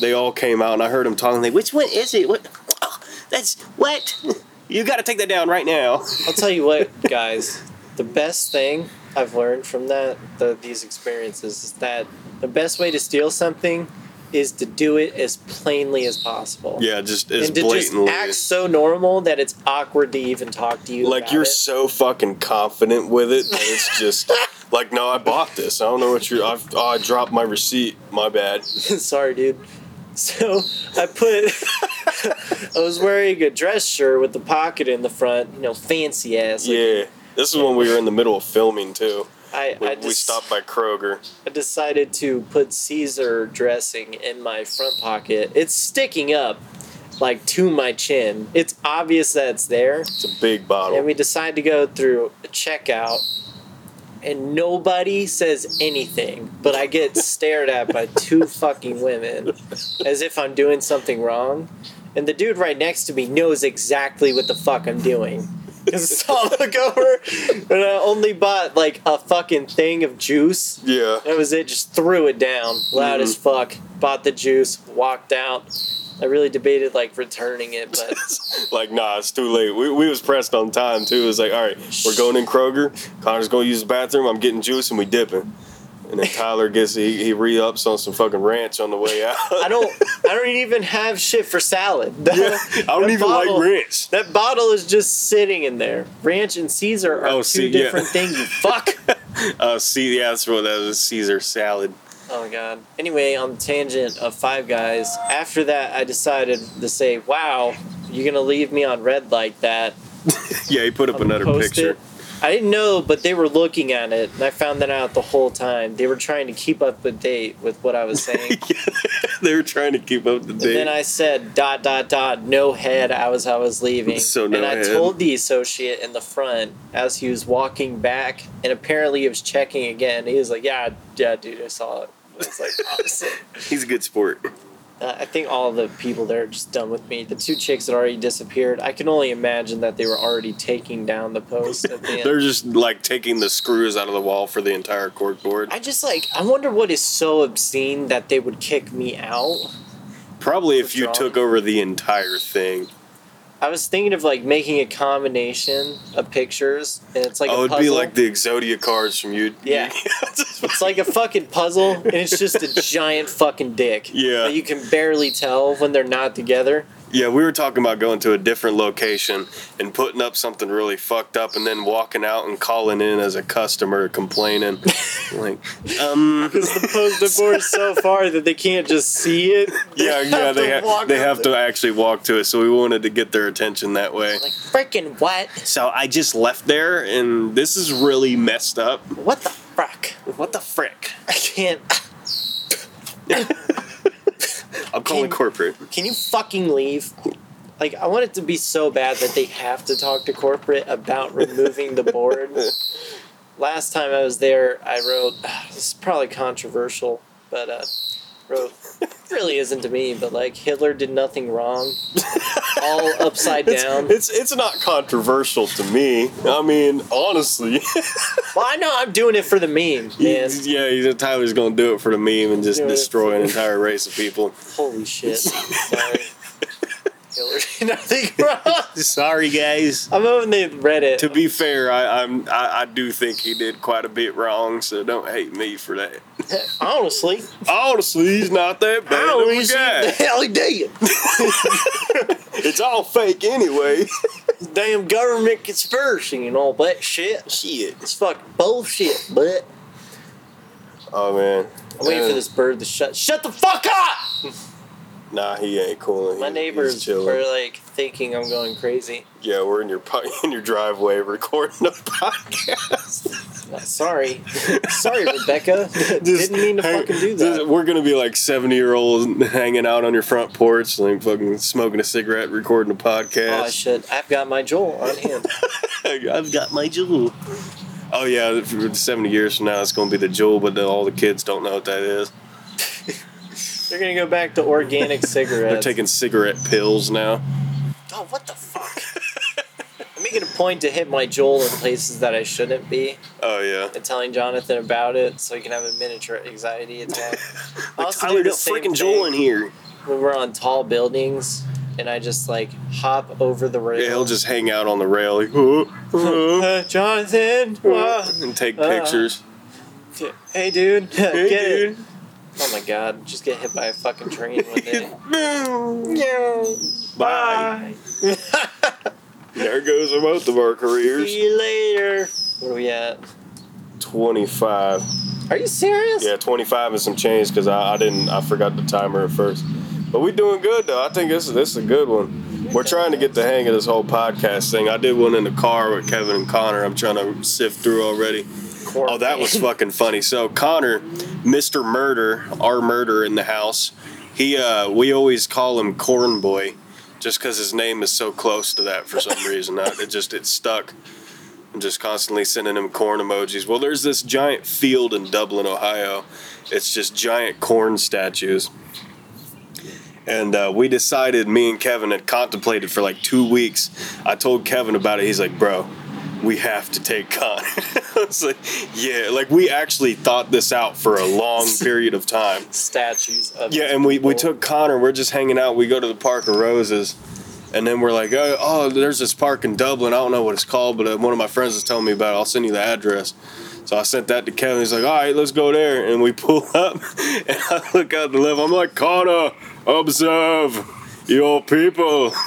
S1: They all came out, and I heard them talking. They, which one is it? What? oh, that's what? You got to take that down right now.
S2: I'll tell you what, guys. The best thing I've learned from that, the, these experiences, is that the best way to steal something is to do it as plainly as possible.
S1: Yeah, just as
S2: and to
S1: blatantly.
S2: just act so normal that it's awkward to even talk to you.
S1: like
S2: about
S1: you're
S2: it.
S1: so fucking confident with it that it's just like, no, I bought this. I don't know what you're. I've, oh, I dropped my receipt. My bad.
S2: Sorry, dude. So I put. I was wearing a dress shirt with the pocket in the front, you know, fancy ass. Like,
S1: Yeah. This is when we were in the middle of filming too.
S2: I,
S1: We,
S2: I
S1: we
S2: just-
S1: stopped by Kroger.
S2: I decided to put Caesar dressing in my front pocket. It's sticking up, like to my chin. It's obvious that it's there.
S1: It's a big bottle.
S2: And we decide to go through a checkout, and nobody says anything, but I get stared at by two fucking women as if I'm doing something wrong. And the dude right next to me knows exactly what the fuck I'm doing. Because it's all look over, and I only bought like a fucking thing of juice.
S1: yeah.
S2: That was it. Just threw it down, loud as fuck. Bought the juice, walked out. I really debated like returning it, but
S1: like, nah, it's too late. We, we was pressed on time too. It was like, all right, we're going in Kroger. Connor's gonna use the bathroom. I'm getting juice and we dipping. And then Tyler gets he, he re ups on some fucking ranch on the way out.
S2: I don't. I don't even have shit for salad.
S1: Yeah, I don't
S2: That
S1: even
S2: bottle-
S1: like ranch.
S2: That bottle is just sitting in there. Ranch and Caesar are
S1: Oh,
S2: two
S1: see, yeah.
S2: different things. You fuck.
S1: Uh, see, yeah, that's what that was Caesar salad.
S2: Oh my god. Anyway, on the tangent of Five Guys, after that, I decided to say, "Wow, you're gonna leave me on red like that."
S1: Yeah, he put up another
S2: Post
S1: picture.
S2: it. I didn't know, but they were looking at it, and I found that out the whole time. They were trying to keep up with date with what I was saying.
S1: they were trying to keep up the
S2: And
S1: date.
S2: then I said dot dot dot no head I was I was leaving.
S1: So no
S2: and I
S1: head.
S2: told the associate in the front as he was walking back and apparently he was checking again. He was like, Yeah, yeah, dude, I saw it. I was like, "Oh, sick."
S1: He's a good sport.
S2: uh, I think all the people there are just done with me. The two chicks had already disappeared. I can only imagine that they were already taking down the post at the end.
S1: They're just like taking the screws out of the wall for the entire cork board.
S2: I just like I wonder what is so obscene that they would kick me out.
S1: Probably if you
S2: Withdrawal.
S1: took over the entire thing.
S2: I was thinking of like making a combination of pictures, and it's like
S1: oh,
S2: a
S1: it'd
S2: puzzle.
S1: be like the Exodia cards from you.
S2: Yeah. It's like a fucking puzzle, and it's just a giant fucking dick.
S1: Yeah.
S2: That you can barely tell when they're not together.
S1: yeah, we were talking about going to a different location and putting up something really fucked up and then walking out and calling in as a customer complaining. like, um.
S2: Because the poster board is so far that they can't just see it.
S1: Yeah, yeah, they,
S2: have to
S1: ha-
S2: walk
S1: they
S2: up
S1: have to actually walk to it, so we wanted to get their attention that way.
S2: Like, freaking what?
S1: So I just left there, and this is really messed up.
S2: What the fuck?
S1: What the frick?
S2: I can't.
S1: I'm calling
S2: Can-
S1: corporate.
S2: Can you fucking leave? Like, I want it to be so bad that they have to talk to corporate about removing the board. Last time I was there, I wrote, this is probably controversial, but uh, wrote, really isn't to me, but like, Hitler did nothing wrong. All upside
S1: It's,
S2: down.
S1: it's it's not controversial to me. I mean, honestly.
S2: Well, I know I'm doing it for the meme,
S1: Yeah,
S2: man.
S1: yeah, he's- Tyler's gonna do it for the meme and just
S2: Do it.
S1: destroy an entire race of people.
S2: Holy shit. Sorry. Hitler did nothing wrong.
S1: Sorry, guys.
S2: I'm hoping they read it.
S1: To be fair, I, I'm I, I do think he did quite a bit wrong, so don't hate me for that.
S2: Honestly,
S1: Honestly, he's not that bad of a guy.
S2: hell he did.
S1: It's all fake anyway.
S2: Damn government conspiracy and all that shit.
S1: Shit.
S2: It's fucking bullshit, but
S1: Oh man.
S2: I'm waiting for
S1: Uh,
S2: this bird to shut shut the fuck up.
S1: Nah, he ain't cooling.
S2: My
S1: He's- he's
S2: neighbors
S1: chilling.
S2: were like thinking I'm going crazy.
S1: Yeah, we're in your po- in your driveway recording a podcast.
S2: Uh, Sorry, sorry, Rebecca. Didn't mean to
S1: hang-
S2: fucking do that. Oh,
S1: just- we're gonna be like seventy year olds hanging out on your front porch, like fucking smoking a cigarette, recording a
S2: oh, I
S1: podcast.
S2: should. I've got my Joel on hand.
S1: I've got my jewel. Oh yeah, for seventy years from now, it's gonna be the jewel, but then all the kids don't know what that is.
S2: They're gonna go back to organic cigarettes.
S1: They're taking cigarette pills now.
S2: Oh, what the fuck? I'm making a point to hit my Joel in places that I shouldn't be
S1: Oh yeah.
S2: and telling Jonathan about it so he can have a miniature anxiety attack. I
S1: Like,
S2: also
S1: Tyler
S2: do the
S1: got
S2: same
S1: freaking jewel
S2: thing
S1: in here.
S2: When we're on tall buildings and I just like hop over the rail.
S1: Yeah, he'll just hang out on the rail, like, "Huh, huh,
S2: Uh, Jonathan,
S1: huh,"
S2: uh,
S1: and take
S2: Uh,
S1: pictures.
S2: hey dude,
S1: Hey,
S2: Uh, get
S1: dude.
S2: it. Oh my god, just get hit by a fucking train one day.
S1: Bye. There goes both of our careers.
S2: See you later. Where are we at?
S1: 25.
S2: Are you serious?
S1: Yeah, 25 and some change because I, I didn't, I forgot the timer at first. But we doing good though. I think this, this is a good one. We're trying to get the hang of this whole podcast thing. I did one in the car with Kevin and Connor. I'm trying to sift through already. Oh, that was fucking funny. So Connor, Mr. Murder, our murder in the house, he uh we always call him Corn Boy, just because his name is so close to that for some reason. I, it just it stuck. I'm just constantly sending him corn emojis. Well, there's this giant field in Dublin, Ohio. It's just giant corn statues. And uh, we decided, me and Kevin had contemplated for like two weeks. I told Kevin about it. He's like, bro, we have to take Con. I was like, yeah, like we actually thought this out for a long period of time.
S2: Statues of
S1: Yeah, and we, we took Connor. We're just hanging out. We go to the Park of Roses, and then we're like, oh, oh there's this park in Dublin. I don't know what it's called, but uh, one of my friends was telling me about it. I'll send you the address. So I sent that to Kevin. He's like, all right, let's go there. And we pull up, and I look out the left. I'm like, Connor, observe your people.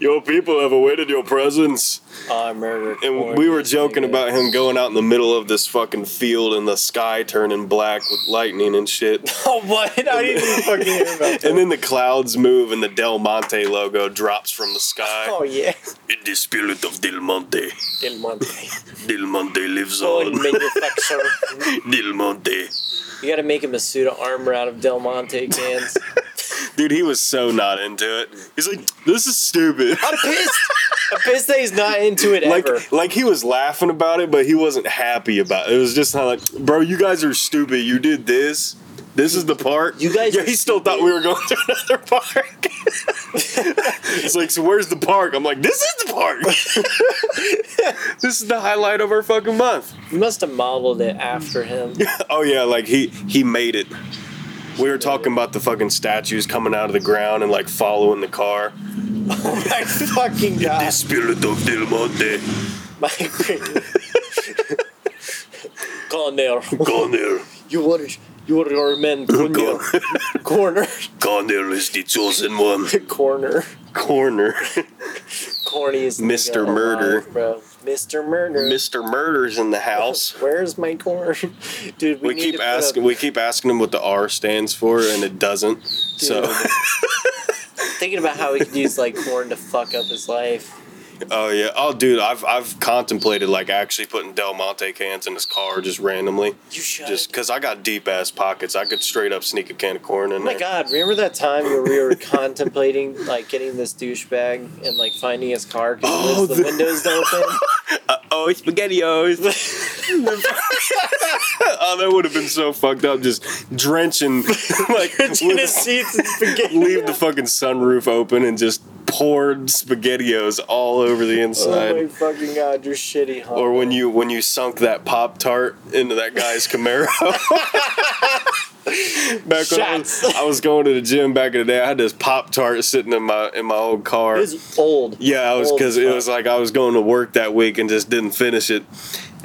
S1: your people have awaited your presence.
S2: I murdered.
S1: And we were joking about him going out in the middle of this fucking field and the sky turning black with lightning and shit.
S2: Oh what? I didn't even fucking hear about that.
S1: And then the clouds move and the Del Monte logo drops from the sky.
S2: Oh yeah.
S1: In the spirit of Del Monte,
S2: Del Monte.
S1: Del Monte lives
S2: Own
S1: on.
S2: manufacturer.
S1: Del Monte.
S2: You gotta make him a suit of armor out of Del Monte cans.
S1: Dude, he was so not into it. He's like, this is stupid.
S2: I'm pissed. I'm pissed that he's not into it
S1: Like,
S2: ever.
S1: like he was laughing about it, but he wasn't happy about it. It was just not like, bro, you guys are stupid. You did this. This is the park.
S2: You guys
S1: Yeah,
S2: are
S1: he still thought we were going to another park. it's like, so where's the park? I'm like, this is the park. this is the highlight of our fucking month.
S2: You must have modeled it after him.
S1: Oh yeah, like he he made it. We were talking about the fucking statues coming out of the ground and like following the car.
S2: Oh my fucking god.
S1: spirit of Del Monte,
S2: My great- Connor,
S1: Connor,
S2: you were you were your man Connor. Corner.
S1: Connor is the chosen one.
S2: Corner.
S1: Corner,
S2: Corny is
S1: Mr. Murder.
S2: bro. Mr. Murder.
S1: Mr. Murder's in the house.
S2: Where's my corn? Dude, we,
S1: We
S2: need to
S1: keep
S2: put
S1: asking,
S2: up-
S1: we keep asking him what the R stands for, and it doesn't. So
S2: thinking about how we could use like corn to fuck up his life.
S1: Oh yeah. Oh dude, I've I've contemplated like actually putting Del Monte cans in his car just randomly,
S2: You should.
S1: just because I got deep ass pockets. I could straight up sneak a can of corn in
S2: Oh my
S1: there.
S2: god, remember that time where we were contemplating like getting this douchebag and like finding his car because
S1: Oh,
S2: the,
S1: the-
S2: windows open?
S1: Oh, spaghettios! oh, that would have been so fucked up. Just drenching, like
S2: Tinted
S1: with-
S2: seats and spaghetti.
S1: leave the fucking sunroof open and just poured spaghettios all over the
S2: Oh
S1: inside.
S2: my fucking god, you're shitty, huh?
S1: or when you when you sunk that pop tart into that guy's Camaro. back when I was,
S2: Shots.
S1: I was going to the gym back in the day, I had this pop tart sitting in my in my old car.
S2: He's old.
S1: Yeah, I was
S2: old
S1: because
S2: as
S1: it
S2: fuck.
S1: was like I was going to work that week and just didn't finish it.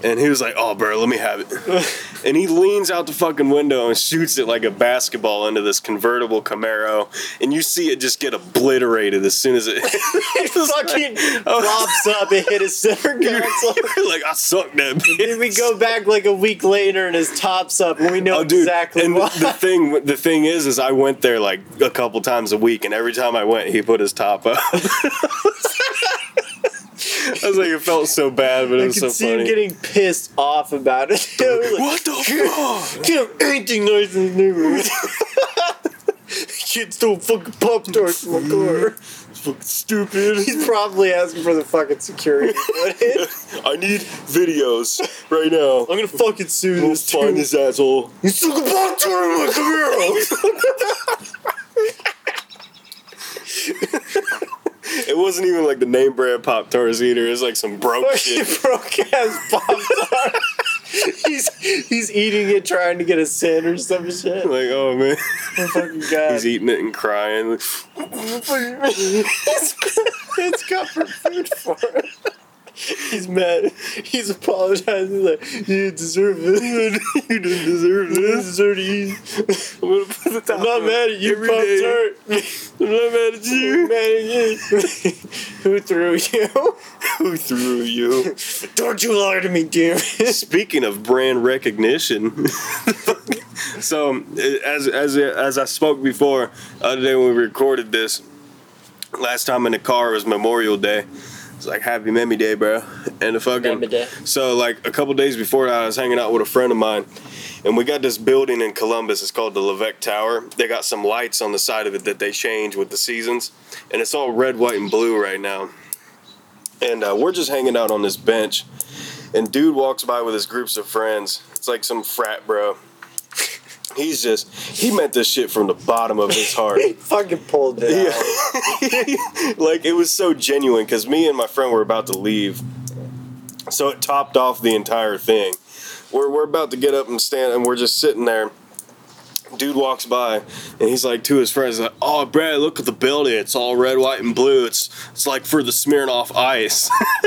S1: And he was like, "Oh, bro, let me have it." and he leans out the fucking window and shoots it like a basketball into this convertible Camaro, and you see it just get obliterated as soon as it.
S2: It fucking
S1: Oh.
S2: flops up and hit his center console.
S1: like I sucked that.
S2: Then we
S1: bitch."
S2: go back like a week later and his top's up and we know
S1: Oh, dude!
S2: exactly
S1: and
S2: why.
S1: the thing, the thing is, is I went there like a couple times a week, and every time I went, he put his top up. I was like, it felt so bad, but it
S2: I
S1: was
S2: could
S1: so
S2: see
S1: funny.
S2: him getting pissed off about it. like,
S1: what the fuck?
S2: can't have anything nice in this neighborhood. Kids don't fucking pop tarts in my car.
S1: Mm-hmm. Fucking stupid.
S2: He's probably asking for the fucking security.
S1: I need videos right now.
S2: I'm gonna fucking sue
S1: We'll
S2: this
S1: find
S2: dude.
S1: this asshole. You took a bomb to my Camaro. it wasn't even like the name brand Pop Tarts either. It's like some broke
S2: Fucking
S1: shit.
S2: broke ass pop tart. he's he's eating it, trying to get a sin or some shit.
S1: Like, oh man,
S2: Oh, fucking god.
S1: he's eating it and crying. Like,
S2: it's, it's comfort food for him. He's mad. He's apologizing. Like you deserve this.
S1: you didn't deserve
S2: You
S1: this.
S2: deserve to eat.
S1: I'm gonna put the top
S2: I'm not
S1: on
S2: mad at you,
S1: every
S2: Pop
S1: day.
S2: Tart.
S1: I'm not mad at
S2: I'm
S1: you.
S2: mad at you. Who threw you?
S1: Who threw you?
S2: Don't you lie to me, dear.
S1: Speaking of brand recognition, so as as as I spoke before, other day when we recorded this, last time in the car was Memorial Day. It's like Happy Memmy Day, bro, and the fucking.
S2: Memmy Day.
S1: So like a couple days before that, I was hanging out with a friend of mine, and we got this building in Columbus. It's called the Levesque Tower. They got some lights on the side of it that they change with the seasons, and it's all red, white, and blue right now. And uh, we're just hanging out on this bench, and dude walks by with his groups of friends. It's like some frat bro. He's just he meant this shit from the bottom of his heart.
S2: he fucking pulled it out.
S1: like it was so genuine because me and my friend were about to leave, so it topped off the entire thing. We're we're about to get up and stand, and we're just sitting there. Dude walks by, and he's like to his friends, like, "Oh, Brad, look at the building. It's all red, white, and blue. It's it's like for the Smirnoff Ice."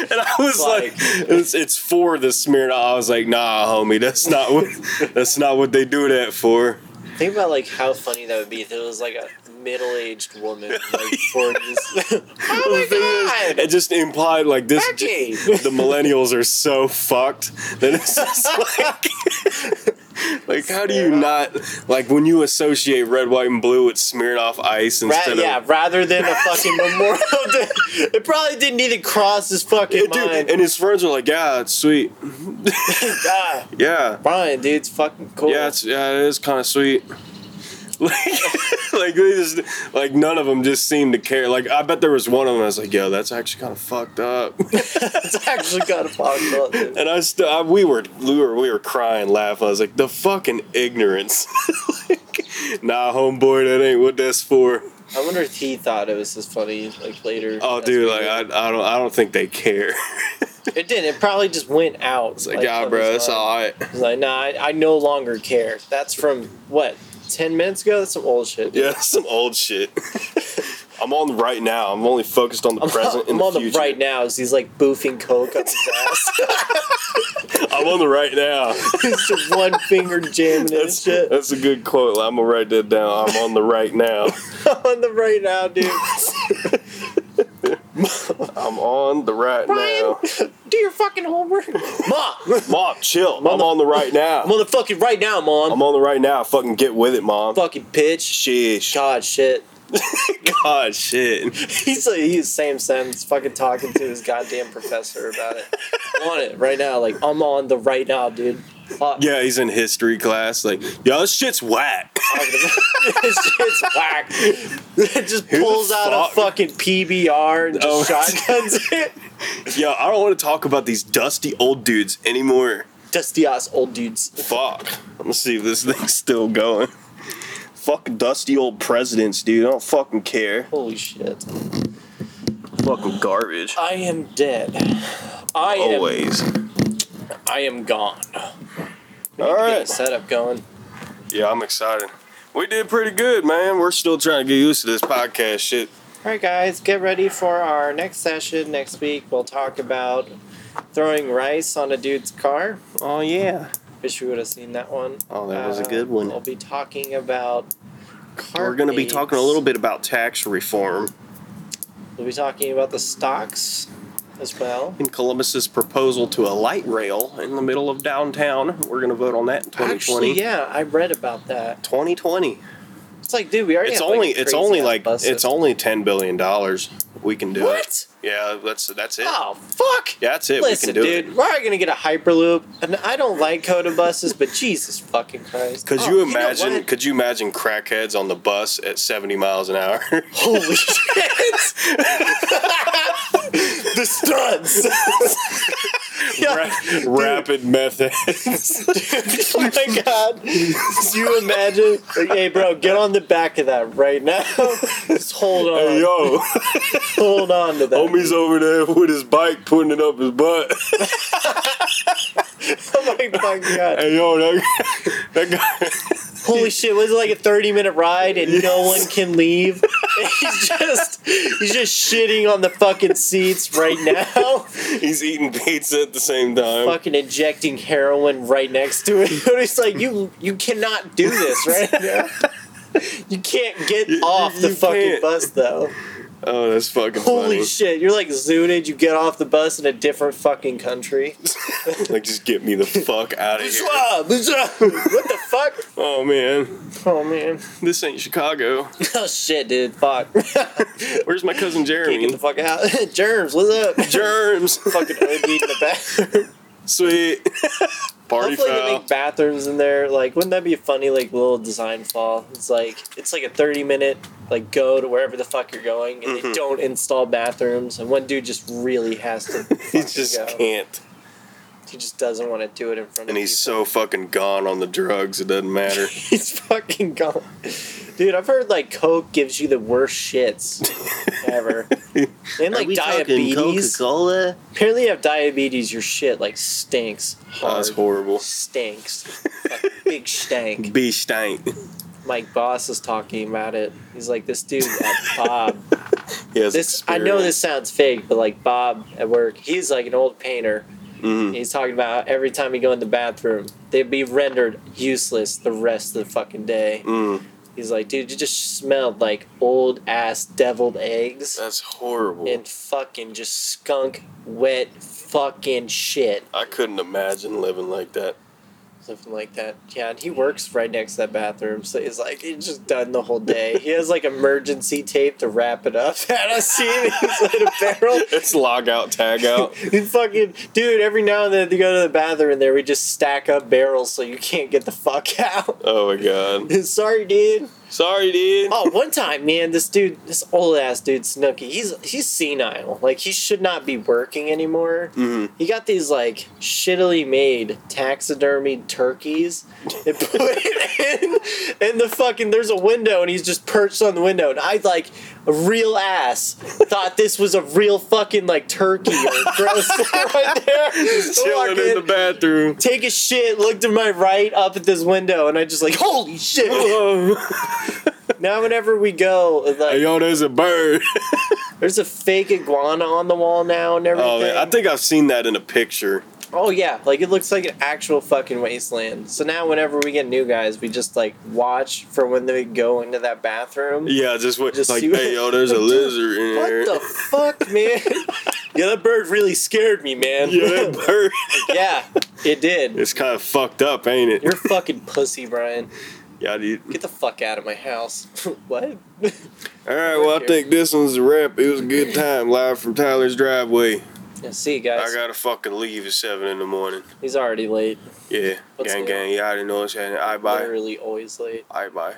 S1: and I was like, it's, "It's for the Smirnoff." I was like, "Nah, homie, that's not what that's not what they do that for."
S2: Think about like how funny that would be if it was like a middle-aged woman, like forties. oh my
S1: The thing is, it just implied like this.
S2: Becky!
S1: The millennials are so fucked that it's just like, like how do you not like when you associate red, white, and blue with Smirnoff Ice
S2: Ra-
S1: instead
S2: yeah,
S1: of.
S2: rather than a fucking Memorial Day, it probably didn't even cross his fucking
S1: It- dude,
S2: mind.
S1: and his friends are like, "Yeah, it's sweet.
S2: God,
S1: Yeah,
S2: Brian, dude, it's fucking cool.
S1: yeah, it's yeah, it is kind of sweet." Like, like they just like none of them just seemed to care. Like, I bet there was one of them. I was like, "Yo, that's actually kind of fucked up."
S2: it's actually kind of fucked up. Dude.
S1: And I still, I, we were, we were, we were crying, laughing. I was like, the fucking ignorance. like, nah, homeboy, that ain't what that's for.
S2: I wonder if he thought it was as funny like later.
S1: Oh,
S2: That's
S1: dude, like
S2: weird.
S1: I, I don't, I don't think they care.
S2: it didn't. It probably just went out.
S1: It's like, yeah, bro, that's all right.
S2: He's like, nah, I, I no longer care. That's from what ten minutes ago. That's some old shit.
S1: Yeah, that's some old shit. I'm on the right now. I'm only focused on the present
S2: I'm
S1: and
S2: on
S1: the
S2: the
S1: future.
S2: right now because he's like boofing coke up his ass.
S1: I'm on the right now.
S2: He's just one finger jamming and
S1: That's,
S2: shit.
S1: that's a good quote. I'm gonna write that down. I'm on the right now.
S2: on the right now, dude.
S1: I'm on the right
S2: Brian,
S1: now.
S2: do your fucking homework. Ma, I'm
S1: Mom, chill. I'm
S2: the-
S1: on the right now.
S2: on the fucking right now, mom.
S1: I'm on the right now. Fucking get with it, mom.
S2: fucking pitch.
S1: Sheesh.
S2: God, shit.
S1: God, Oh, shit.
S2: He's like he's same sentence, fucking talking to his goddamn professor about it. I'm on it right now, like I'm on the right now, dude. Fuck.
S1: Yeah, he's in history class. Like, yo, this shit's whack.
S2: talking about. this shit's whack. It just
S1: Who the
S2: pulls out a
S1: fuck-
S2: fucking PBR and just
S1: Oh.
S2: shotguns it.
S1: Yo, I don't want to talk about these dusty old dudes anymore.
S2: Dusty ass old dudes.
S1: Fuck. Let me see if this thing's still going. Fuck dusty old presidents, dude. I don't fucking care.
S2: Holy shit.
S1: Fucking garbage.
S2: I am dead. I am
S1: Always.
S2: I am gone.
S1: All
S2: Get the
S1: right.
S2: setup going.
S1: Yeah, I'm excited. We did pretty good, man. We're still trying to get used to this podcast shit.
S2: All right, guys, get ready for our next session next week. We'll talk about throwing rice on a dude's car.
S1: Oh yeah.
S2: Wish we would have seen that one. Uh,
S1: Oh, that was a good one.
S2: We'll be talking about.
S1: We're gonna be talking a little bit about tax reform
S2: We'll be talking about the stocks as well.
S1: and Columbus's proposal to a light rail in the middle of downtown. We're gonna vote on that in 2020.
S2: Actually, yeah, I read about that.
S1: 2020.
S2: It's like, dude, we already.
S1: It's
S2: have, like,
S1: only
S2: a
S1: it's
S2: crazy
S1: only
S2: ass
S1: like
S2: bus
S1: it's
S2: system.
S1: only 10 billion dollars. We can do it.
S2: What?
S1: Yeah, that's that's it.
S2: Oh fuck!
S1: Yeah, that's it.
S2: Listen,
S1: we can do
S2: dude, we're already gonna get a hyperloop, and I don't like Coda buses, but Jesus fucking Christ!
S1: Could
S2: Oh,
S1: you
S2: know
S1: imagine?
S2: what?
S1: could you imagine crackheads on the bus at 70 miles an hour?
S2: Holy shit! the studs!
S1: Ra- rapid method.
S2: oh my god. Could you imagine? Like, hey, bro, get on the back of that right now. Just hold on.
S1: Hey, yo,
S2: Hold on to that.
S1: homie's over there with his bike putting it up his butt.
S2: Oh my fucking god.
S1: Hey, yo, that, that guy.
S2: Holy shit, was it like a 30 minute ride and no one can leave? he's just he's just shitting on the fucking seats right now.
S1: He's eating pizza at the same time.
S2: fucking injecting heroin right next to it. it's like you you cannot do this right now. You can't get
S1: You-
S2: off the
S1: you
S2: fucking
S1: can't.
S2: bus though.
S1: Oh, that's fucking
S2: Holy
S1: funny.
S2: shit! You're like zooted. You get off the bus in a different fucking country.
S1: like, just get me the fuck out of here.
S2: Buzwa, buzwa. what the fuck?
S1: Oh man,
S2: Oh man!
S1: this ain't Chicago.
S2: Oh shit, dude! Fuck! Can't
S1: Where's my cousin
S2: get the
S1: Jeremy?
S2: fuck out. Germs, what's up?
S1: Germs.
S2: fucking OD in the bathroom.
S1: Sweet. Party
S2: Hopefully they
S1: foul.
S2: make bathrooms in there. Like, wouldn't that be a funny like little design flaw? It's like it's like a thirty minute like go to wherever the fuck you're going, and
S1: Mm-hmm.
S2: they don't install bathrooms, and one dude just really has to.
S1: He
S2: fucking
S1: just
S2: go.
S1: can't.
S2: He just doesn't want to do it in front of.
S1: And he's
S2: people.
S1: so fucking gone on the drugs, it doesn't matter.
S2: he's fucking gone, dude. I've heard like Coke gives you the worst shits ever, and like diabetes.
S1: Cola?
S2: Apparently, you have diabetes, your shit like stinks.
S1: Oh, that's
S2: hard.
S1: horrible.
S2: Stinks. Fucking Big stank.
S1: Be stank.
S2: my boss is talking about it. He's like, this dude at Bob.
S1: He has
S2: this I know this sounds fake, but like Bob at work, he's like an old painter.
S1: Mhm.
S2: He's talking about how every time you go in the bathroom, they'd be rendered useless the rest of the fucking day.
S1: Mm,
S2: He's like, dude, you just smelled like old ass deviled eggs
S1: that's horrible.
S2: and fucking just skunk wet fucking shit.
S1: I couldn't imagine living like that.
S2: Something like that. Yeah, and he works right next to that bathroom, so he's like, he's just done the whole day. He has like emergency tape to wrap it up. And I see him, he's in a barrel.
S1: It's oh. log out, tag out.
S2: He fucking, dude, every now and then they go to the bathroom and there, we just stack up barrels so you can't get the fuck out.
S1: Oh my god.
S2: Sorry, dude.
S1: Sorry, dude.
S2: Oh, one time, man, this dude, this old ass dude, Snooky, he's he's senile. Like he should not be working anymore.
S1: Mhm.
S2: He got these like shittily made taxidermied turkeys and put it in, and the fucking there's a window and he's just perched on the window and I like a real ass thought this was a real fucking like turkey or gross right there. Walk
S1: Chilling in the bathroom.
S2: Take a shit, look to my right up at this window, and I just like, holy shit! now, whenever we go, like,
S1: hey, yo, there's a bird.
S2: There's a fake iguana on the wall now and everything.
S1: Oh man, I think I've seen that in a picture.
S2: Oh, yeah, like it looks like an actual fucking wasteland. So now whenever we get new guys, we just like watch for when they go into that bathroom.
S1: Yeah, just what
S2: Just
S1: like
S2: see what-
S1: hey yo, there's a lizard in
S2: What
S1: here.
S2: the fuck, man? yeah, that bird really scared me, man.
S1: yeah, that bird.
S2: Yeah, it did.
S1: It's kind of fucked up, ain't it?
S2: You're a fucking pussy, Brian.
S1: Yeah, dude.
S2: Get the fuck out of my house. what?
S1: All right, well, I think this one's a wrap. It was a good time, live from Tyler's driveway.
S2: yeah, see you guys.
S1: I gotta fucking leave at seven in the morning.
S2: He's already late.
S1: Yeah,
S2: Let's
S1: gang,
S2: go.
S1: gang. Yeah, I didn't know what's happening. I bye,
S2: Literally always late.
S1: I bye.